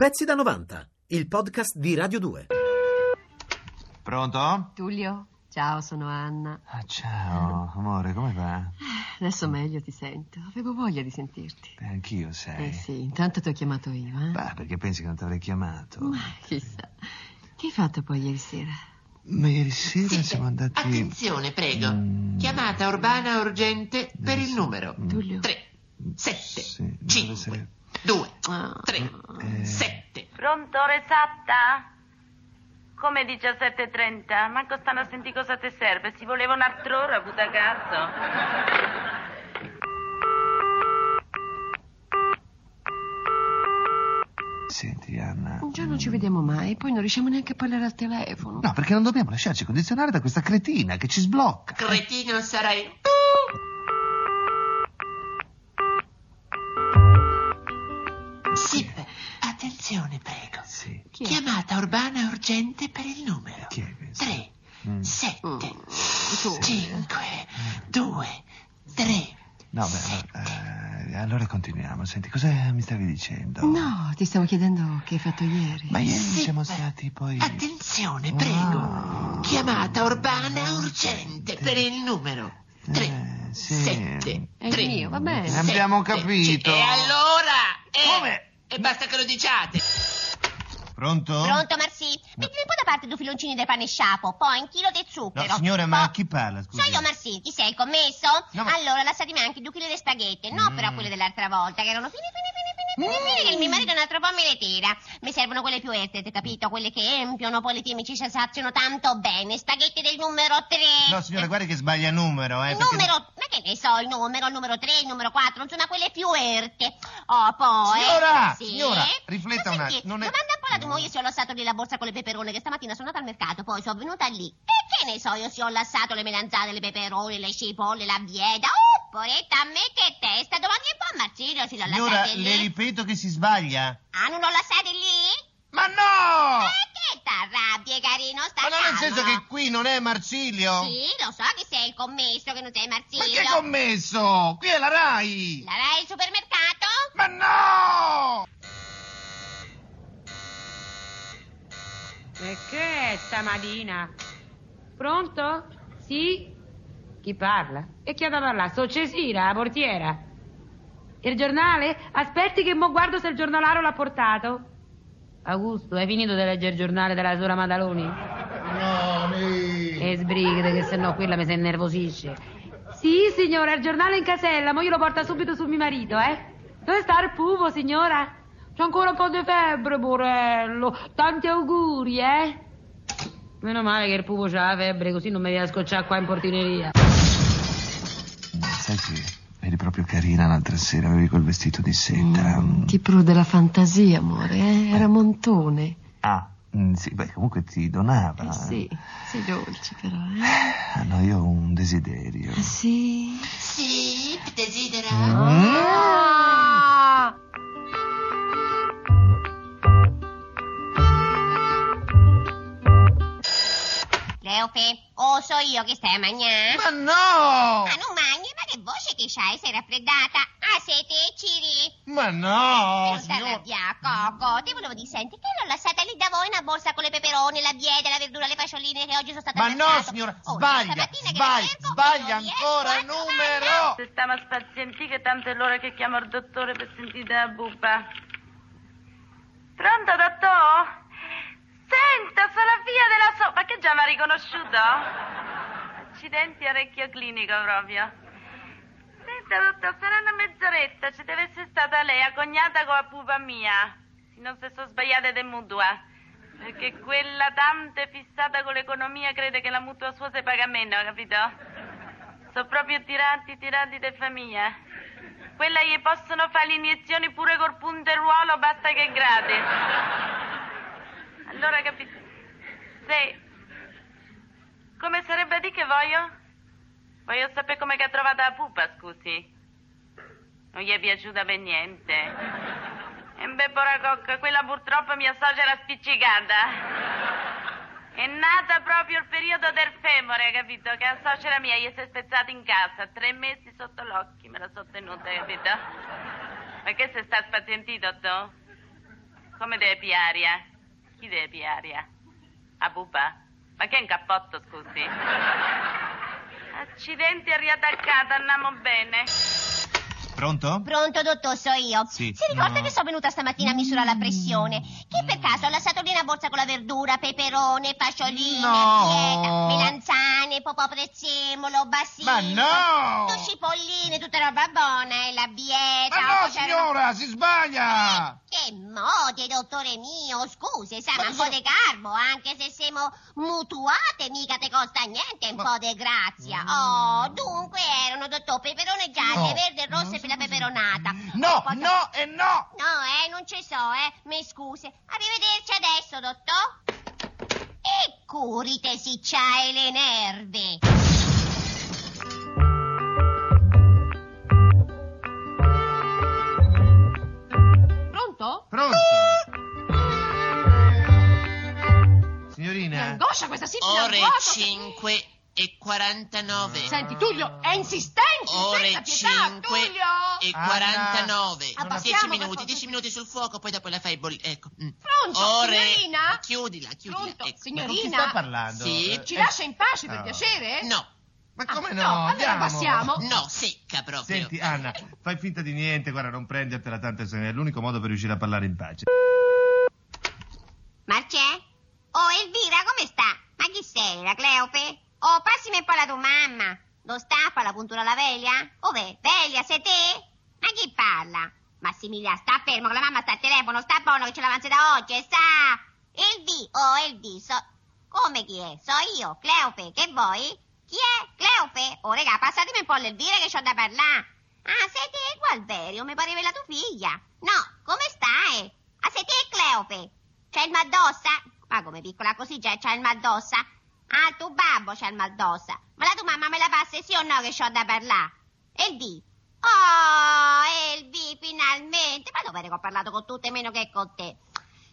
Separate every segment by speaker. Speaker 1: Pezzi da 90, il podcast di Radio 2.
Speaker 2: Ah,
Speaker 3: Pronto?
Speaker 2: Tullio, ciao, sono Anna.
Speaker 3: Ah, ciao, amore, come va?
Speaker 2: Adesso meglio ti sento. Avevo voglia di sentirti.
Speaker 3: Beh, anch'io, sai.
Speaker 2: Eh sì, intanto ti ho chiamato io, eh?
Speaker 3: Bah, perché pensi che non ti avrei chiamato?
Speaker 2: Ma chissà. Che hai fatto poi ieri sera?
Speaker 3: Ma ieri sera
Speaker 4: Sì,
Speaker 3: siamo
Speaker 4: beh,
Speaker 3: andati...
Speaker 4: Attenzione, prego.
Speaker 3: Mm.
Speaker 4: Chiamata urbana urgente per
Speaker 3: Eh,
Speaker 4: il
Speaker 3: sì.
Speaker 4: numero
Speaker 3: Mm.
Speaker 2: Tullio.
Speaker 4: 3 7
Speaker 3: Sì, dove
Speaker 4: 5
Speaker 3: sei?
Speaker 4: 2
Speaker 2: Ah.
Speaker 4: 3
Speaker 3: Eh.
Speaker 4: 7.
Speaker 5: Pronto, Resatta? Come 17.30? Manco stanno a sentire cosa ti serve. Si voleva un'altra ora, puta cazzo.
Speaker 3: Senti, Anna...
Speaker 2: Un giorno ci vediamo mai, poi non riusciamo neanche a parlare al telefono.
Speaker 3: No, perché non dobbiamo lasciarci condizionare da questa cretina che ci sblocca.
Speaker 4: Cretino sarai. Sì, beh, attenzione, prego.
Speaker 3: Sì.
Speaker 2: Chi è?
Speaker 4: Chiamata urbana urgente per il numero
Speaker 3: Chi è questo?
Speaker 4: 3
Speaker 3: Mm.
Speaker 4: 7
Speaker 2: tu.
Speaker 4: 5
Speaker 3: Eh.
Speaker 4: 2 3.
Speaker 3: No, beh, eh, allora continuiamo. Senti, cosa mi stavi dicendo?
Speaker 2: No, ti stavo chiedendo che hai fatto ieri.
Speaker 3: Ma ieri
Speaker 4: Sì, Eh,
Speaker 3: siamo
Speaker 4: beh,
Speaker 3: stati poi...
Speaker 4: Attenzione, prego.
Speaker 3: Ah.
Speaker 4: Chiamata urbana urgente per il numero 3
Speaker 3: Eh, sì.
Speaker 4: 7
Speaker 2: È il
Speaker 4: 3.
Speaker 2: mio, va bene.
Speaker 3: Eh, Abbiamo capito.
Speaker 4: E allora? Eh,
Speaker 3: Come?
Speaker 4: E basta che lo diciate.
Speaker 3: Pronto?
Speaker 6: Pronto, Marsi? Metti un po' da parte due filoncini del pane sciapo, poi un chilo di zucchero.
Speaker 3: No, signora, ma
Speaker 6: Poi-
Speaker 3: chi parla, scusi?
Speaker 6: So io, Marsi, chi sei, il commesso?
Speaker 3: No, ma-
Speaker 6: Allora, lasciatemi anche due chili di spaghetti, no
Speaker 3: Mm.
Speaker 6: però quelle dell'altra volta, che erano fine, fine, fine, fine, fine, fine, che il mio marito un altro po' me le tira. Mi servono quelle più erte, te capito? Quelle che empiono, poi le temi ci saziano tanto bene. Spaghetti del numero 3.
Speaker 3: No, signora, guarda che sbaglia numero, eh.
Speaker 6: Il
Speaker 3: perché-
Speaker 6: numero... Ma che ne so, il numero, il numero 3, il numero 4, insomma quelle più erte. Oh, poi...
Speaker 3: Signora,
Speaker 6: Sì?
Speaker 3: signora, rifletta
Speaker 6: Ma
Speaker 3: un
Speaker 6: senti,
Speaker 3: attimo, non è- Mm.
Speaker 6: Domanda un po' alla tua moglie se ho lasciato lì la borsa con le peperone che stamattina sono andata al mercato, poi sono venuta lì. E che ne so io se ho lasciato le melanzane, le peperone, le cipolle, la bieta. Oh, poretta, a me che testa. Domandi un po' a Marcillo se l'ho
Speaker 3: Signora,
Speaker 6: lasciate
Speaker 3: le
Speaker 6: lì.
Speaker 3: ripeto che si sbaglia.
Speaker 6: Ah, non l'ho lasciate lì?
Speaker 3: Ma no!
Speaker 6: E che t'arrabbie, carino, sta
Speaker 3: Ma non nel senso
Speaker 6: calmo.
Speaker 3: che qui non è Marsilio?
Speaker 6: Sì, lo so che sei il commesso, che non sei Marcillo.
Speaker 3: Ma che commesso? Qui è la RAI!
Speaker 6: La vai al supermercato?
Speaker 3: Ma no!
Speaker 5: E che è stamattina? Pronto? Sì? Chi parla? E chi ha da parlare? So Cesira, la portiera. Il giornale? Aspetti che mo guardo se il giornalaro l'ha portato. Augusto, hai finito di leggere il giornale della sora Madaloni?
Speaker 3: Ah, No, mi...
Speaker 5: E sbrigate che sennò quella mi si innervosisce. Sì, signora, il giornale è in casella, ma io lo porto subito su mio marito, eh. Dove sta il pupo, signora? C'ho ancora un po' di febbre, Borello. Tanti auguri, eh. Meno male che il pupo c'ha la febbre, così non mi viene a scocciare qua in portineria.
Speaker 3: Sai che eri proprio carina l'altra sera, avevi quel vestito di seta.
Speaker 2: Mm, Ti prude la fantasia, amore, eh? Era montone.
Speaker 3: Ah, mm, sì, beh, comunque ti donava.
Speaker 2: Eh sì, sei dolce però, eh?
Speaker 3: Ah, no, io ho un desiderio.
Speaker 2: Sì.
Speaker 4: Sì, desidera.
Speaker 3: Mm.
Speaker 4: Ah.
Speaker 6: Leope, oh so io che stai a mangiare?
Speaker 3: Ma no!
Speaker 6: Ah, non mangi, ma che voce che c'hai? Sei raffreddata? Ah, sei te, Ciri?
Speaker 3: Ma no,
Speaker 6: non t'arrabbiare, Coco. Ti volevo dire, senti, che l'ho lasciata lì da voi una borsa con le peperoni, la bieta, la verdura, le fascioline che oggi sono state
Speaker 3: Ma
Speaker 6: al
Speaker 3: no,
Speaker 6: mercato.
Speaker 3: signora,
Speaker 6: Oh,
Speaker 3: sbaglia,
Speaker 6: stamattina che
Speaker 3: sbaglia,
Speaker 6: la cerco,
Speaker 3: sbaglia
Speaker 6: non riesco
Speaker 3: ancora
Speaker 6: a trovarla.
Speaker 3: numero.
Speaker 5: Se stiamo a spazienti che tanto è l'ora che chiamo il dottore per sentire la bubba. Pronto, dottore? Senta, sono la figlia della so... Ma che già mi ha riconosciuto? Accidenti orecchio clinico proprio. Senta, dottore, sarà una mezz'oretta. Ci deve essere stata lei, a cognata con la pupa mia. Se non se sono sbagliate de mutua. Perché quella tante fissata con l'economia crede che la mutua sua si paga meno, capito? Sono proprio tirati, tirati di famiglia. Quella gli possono fare le iniezioni pure col punteruolo, basta che è gratis. Allora capito. Sei. Come sarebbe di che voglio? Voglio sapere come che ha trovato la pupa, scusi. Non gli è piaciuta per niente. E beh, pora cocca, quella purtroppo mia socia l'ha spiccicata. È nata proprio il periodo del femore, capito? Che la suocera mia gli si è spezzata in casa. Tre mesi sotto l'occhio me la sono tenuta, capito? Ma che se sta spazientito, tu? Come devi aria? Chi devi aria? A Buba? Ma che è un cappotto, scusi? Accidenti, riadaccata, andiamo bene.
Speaker 3: Pronto?
Speaker 6: Pronto, dottor, so io.
Speaker 3: Sì. Mm.
Speaker 6: Si ricorda
Speaker 3: No.
Speaker 6: che sono venuta stamattina a misurare la pressione? Che
Speaker 3: Mm.
Speaker 6: per caso ha lasciato lì una borsa con la verdura, peperone, fascioline,
Speaker 3: No.
Speaker 6: pieta, melanzane, popò prezzemolo, basilico.
Speaker 3: Ma no!
Speaker 6: Due cipolline, tutta roba buona e la bieta.
Speaker 3: Ma no,
Speaker 6: facevano-
Speaker 3: signora, si sbaglia!
Speaker 6: Che modi, dottore mio, scusi, sa, ma un po' di garbo, anche se siamo mutuate, mica te costa niente, un po' di grazia. Oh, dunque erano, dottor, peperone
Speaker 3: Mm.
Speaker 6: gialle,
Speaker 3: No.
Speaker 6: verde e rosse per la peperonata.
Speaker 3: No,
Speaker 6: Poi-
Speaker 3: no e no!
Speaker 6: No, eh, non ci so, eh, mi scusi. Arrivederci adesso, dottor. E curite si c'hai le nerve.
Speaker 2: Pronto?
Speaker 3: Pronto? Signorina?
Speaker 2: Angoscia questa sì, mi
Speaker 4: Ore
Speaker 2: angoscia.
Speaker 4: 5 e 49.
Speaker 2: Senti, Tullio, è insistente,
Speaker 4: Ore
Speaker 2: senza pietà,
Speaker 4: 5
Speaker 2: Tullio!
Speaker 4: e
Speaker 3: Anna,
Speaker 4: 49.
Speaker 2: non abbassiamo
Speaker 4: 10
Speaker 2: per
Speaker 4: minuti,
Speaker 2: favore.
Speaker 4: 10 minuti sul fuoco, poi dopo la fai bollire. Ecco. mm.
Speaker 2: Pronto,
Speaker 4: Ore...
Speaker 2: signorina?
Speaker 4: Chiudila, chiudila.
Speaker 2: Pronto,
Speaker 4: ecco.
Speaker 3: Ma con chi
Speaker 2: signorina?
Speaker 3: sta parlando?
Speaker 4: Sì.
Speaker 3: Eh,
Speaker 2: Ci
Speaker 3: eh,
Speaker 2: lascia in pace, per
Speaker 3: no.
Speaker 2: piacere?
Speaker 4: No,
Speaker 3: Ma
Speaker 2: Ah,
Speaker 3: come no?
Speaker 2: no, allora
Speaker 3: Andiamo.
Speaker 2: passiamo.
Speaker 4: no, secca proprio.
Speaker 3: Senti, Anna, fai finta di niente, guarda, non prendertela tanto, se è l'unico modo per riuscire a parlare in pace.
Speaker 6: Marcè? Oh, Elvira, come sta? Ma chi sei, la Cleope? Oh, passimi un po' la tua mamma. Lo staffa la puntura alla veglia? Ove, veglia, sei te? Ma chi parla? Massimiliano, sta fermo che la mamma sta al telefono, sta buono che ce l'avanza da oggi, e sta... Elvi, oh, Elvi, so... Come chi è? So io, Cleope, che vuoi? Chi è? Cleope? Oh, regà, passatemi un po' l'Elvira che c'ho da parlare. Ah, sei te, Gualverio, mi pareva la tua figlia. No, come stai? Ah, sei te, Cleope? C'è il mal d'ossa? Ma come piccola così già c'è il mal d'ossa? Ah, tu babbo c'è il mal d'ossa. Ma la tua mamma me la passa sì o no che c'ho da parlare? Elvi. Oh, Elvi, finalmente. Ma dov'è che ho parlato con tutte meno che con te?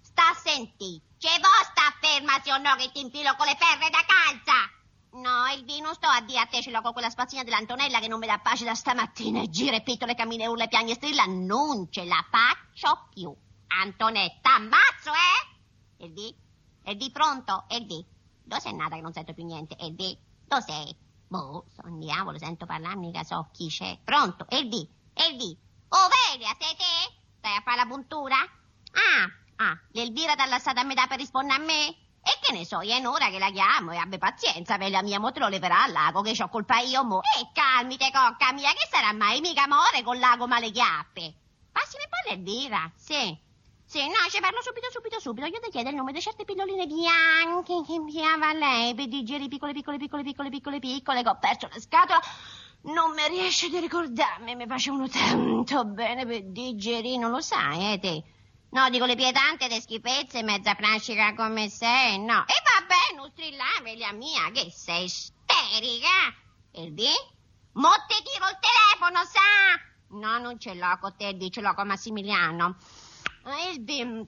Speaker 6: Sta a sentì. C'è voi sta ferma sì o no oh, che ti infilo con le ferre da calza? No, Elvi, non sto a dire a te ce l'ho con quella spazzina dell'Antonella che non mi dà pace da stamattina e gira e pitole, cammina e urla e piange e strilla. Non ce la faccio più. Antonetta, ammazzo, eh? Elvi? Elvi, pronto? Elvi? Dove sei nata che non sento più niente? Elvi? Dove sei? Boh, son diavolo, sento parlare, mica so chi c'è. Pronto? Elvi? Elvi? Oh, Velia, sei te? Stai a fare la puntura? Ah, ah, l'Elvira t'ha lasciata a metà per rispondere a me? E che ne so, io è un'ora che la chiamo e abbi pazienza, per la mia mo te lo leverà al lago che c'ho colpa io mo. E calmite, cocca mia, che sarà mai mica more col lago male chiappe? Passimi poi l'Elvira, sì. Sì, no, ci parlo subito, subito, subito. Io ti chiedo il nome di certe pilloline bianche che inviava lei per digerire piccole, piccole, piccole, piccole, piccole, piccole, che ho perso la scatola. Non mi riesce di ricordarmi, mi facevano tanto bene per digerire, non lo sai, eh, te? No, dico le pietante, le schifezze, mezza plastica come sei, no. E vabbè, non strillare, la mia, che sei isterica. Elvì? Mo te tiro il telefono, sa? No, non ce l'ho con te, Elvi, ce l'ho con Massimiliano. Elvi,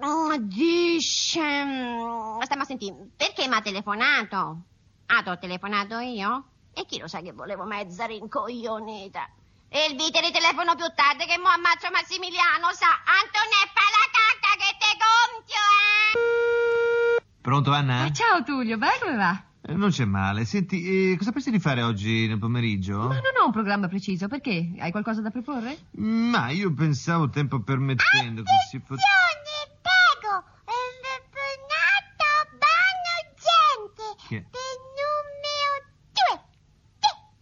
Speaker 6: oh, dice... Stiamo a sentire, perché mi ha telefonato? Ah, ti ho telefonato io? E chi lo sa che volevo mezza rincoglionita? Elvi, te ritelefono più tardi che mo ammazzo Massimiliano, sa? Antoneppa la cacca che te compio, eh!
Speaker 3: Pronto, Anna?
Speaker 2: Eh, ciao Tullio, beh, come va?
Speaker 3: Eh, Non c'è male. Senti, eh, cosa pensi di fare oggi nel pomeriggio?
Speaker 2: Ma non ho un programma preciso, perché? Hai qualcosa da proporre?
Speaker 3: Mm, Ma io pensavo, tempo permettendo, che si pot-
Speaker 6: Attenzione, prego! Infortunato bagno gente!
Speaker 3: Chi è?
Speaker 6: Del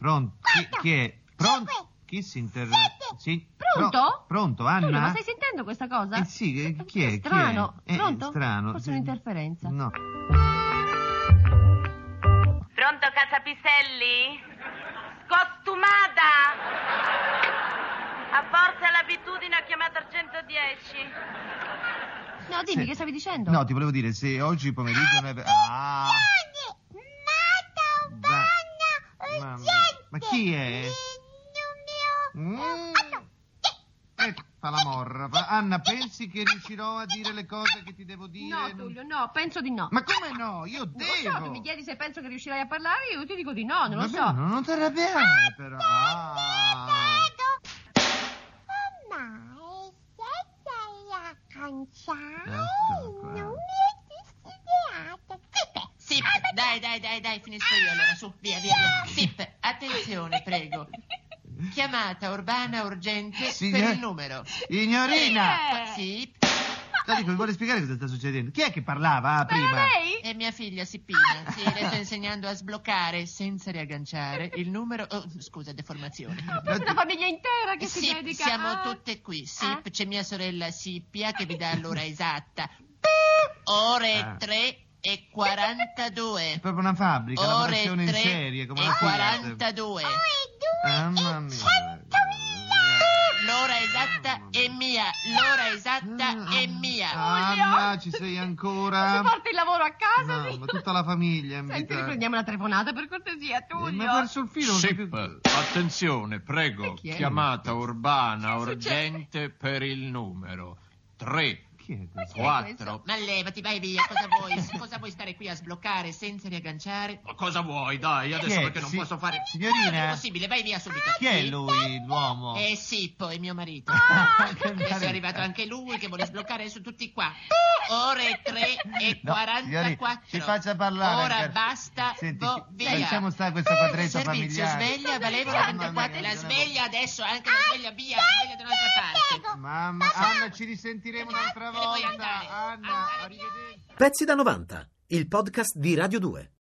Speaker 6: numero
Speaker 3: Pronto?
Speaker 6: 2!
Speaker 2: Ah,
Speaker 3: Chi,
Speaker 6: Guarda!
Speaker 3: chi è? Pronto?
Speaker 6: Cinque.
Speaker 3: Chi si interrompe?
Speaker 6: Sette.
Speaker 3: Sì.
Speaker 2: Pronto?
Speaker 3: Pro- pronto, Anna?
Speaker 2: Tullio, ma stai sentendo questa cosa?
Speaker 3: Eh sì, eh, chi è?
Speaker 2: Che strano.
Speaker 3: Chi è? Eh,
Speaker 2: Pronto?
Speaker 3: strano.
Speaker 2: Forse un'interferenza.
Speaker 3: No.
Speaker 5: Pronto, Casapiselli? Scottumata! A forza l'abitudine ha chiamato al 110.
Speaker 2: No, dimmi,
Speaker 3: Sì.
Speaker 2: che stavi dicendo?
Speaker 3: No, ti volevo dire, se oggi pomeriggio... noi-
Speaker 2: Eh,
Speaker 3: Ah!
Speaker 6: Mata bagno
Speaker 3: Mamma.
Speaker 6: gente!
Speaker 3: Ma chi è?
Speaker 6: Del
Speaker 3: Mm.
Speaker 6: numero... Ah, no.
Speaker 3: Eh, fa la morra. fa- Anna, pensi che riuscirò a dire le cose che ti devo dire?
Speaker 2: No, Tullio, no, penso di no.
Speaker 3: Ma come no? Io
Speaker 2: Non lo so, tu
Speaker 3: devo.
Speaker 2: mi chiedi se penso che riuscirai a parlare, io ti dico di no, non lo
Speaker 3: Vabbè,
Speaker 2: so.
Speaker 3: Non, non ti arrabbiare, però. Ah.
Speaker 6: Prego! Ormai sei la
Speaker 7: mangiare
Speaker 3: Eccolo Ah, qua.
Speaker 7: non è desiderato. Zitte!
Speaker 4: Sip, dai, dai, dai, dai, finisco io allora, su, via, via, via. Sip, attenzione, prego. Chiamata urbana urgente per
Speaker 3: Signor-
Speaker 4: il numero.
Speaker 3: Signorina!
Speaker 4: Sip,
Speaker 3: No, dico, mi vuole spiegare cosa sta succedendo? Chi è che parlava ah, prima?
Speaker 5: lei?
Speaker 4: è mia figlia Sippina. Sì, le sto insegnando a sbloccare senza riagganciare il numero. oh, scusa, deformazione.
Speaker 3: No,
Speaker 7: Una famiglia intera che si
Speaker 4: Sip,
Speaker 7: dedica
Speaker 4: siamo
Speaker 7: a...
Speaker 4: tutte qui.
Speaker 7: Ah.
Speaker 4: Sip, c'è mia sorella Sippia che vi dà l'ora esatta. Ore
Speaker 3: Ah.
Speaker 4: 3 e 42.
Speaker 3: È proprio una fabbrica, una
Speaker 4: Ore 3
Speaker 3: produzione in serie, come la
Speaker 4: e
Speaker 3: Fiat.
Speaker 4: 42.
Speaker 3: Ah, Mamma mia.
Speaker 4: L'ora esatta è mia. L'ora esatta è mia.
Speaker 3: Anna, ci sei ancora?
Speaker 7: Si porta il lavoro a casa?
Speaker 3: No,
Speaker 7: sì?
Speaker 3: ma tutta la famiglia è
Speaker 7: Senti,
Speaker 3: invitata.
Speaker 7: riprendiamo la telefonata per cortesia,
Speaker 3: Eh,
Speaker 7: Tullio.
Speaker 3: Ma verso il filo non so più...
Speaker 8: Sip, attenzione, prego.
Speaker 3: Chi è?
Speaker 8: Chiamata urbana
Speaker 7: Che succede?
Speaker 8: urgente per il numero 3,
Speaker 3: Chi è questo?
Speaker 8: quattro.
Speaker 4: Ma levati, vai via. Cosa vuoi? Cosa vuoi stare qui a sbloccare senza riagganciare?
Speaker 8: Ma cosa vuoi, dai,
Speaker 3: Chi
Speaker 8: adesso
Speaker 3: è?
Speaker 8: perché non
Speaker 3: Si-
Speaker 8: posso fare...
Speaker 4: Non è
Speaker 3: Signorina,
Speaker 4: possibile, vai via subito.
Speaker 3: chi è lui, l'uomo?
Speaker 4: Eh sì, poi mio marito.
Speaker 3: che
Speaker 4: Adesso è
Speaker 3: meraviglia.
Speaker 4: arrivato anche lui che vuole sbloccare su tutti qua. Ore 3 e
Speaker 3: Ah! No,
Speaker 4: 44.
Speaker 3: signori, ci faccia parlare,
Speaker 4: Ora
Speaker 3: per-
Speaker 4: basta.
Speaker 3: Senti,
Speaker 4: vo- via.
Speaker 3: lasciamo stare questo quadretto
Speaker 4: Servizio
Speaker 3: familiare.
Speaker 4: sveglia, valeva
Speaker 3: Mamma
Speaker 4: 24.
Speaker 3: mia,
Speaker 4: La
Speaker 3: non è
Speaker 4: sveglia adesso, Cioè, anche
Speaker 3: Ah,
Speaker 4: la sveglia via, la sveglia da un'altra parte.
Speaker 3: Mamma, Anna, ci risentiremo un'altra
Speaker 4: Me ne voglio andare.
Speaker 3: volta. Anna,
Speaker 4: Andare via.
Speaker 3: arrivederci.
Speaker 1: Pezzi da 90, il podcast di Radio 2.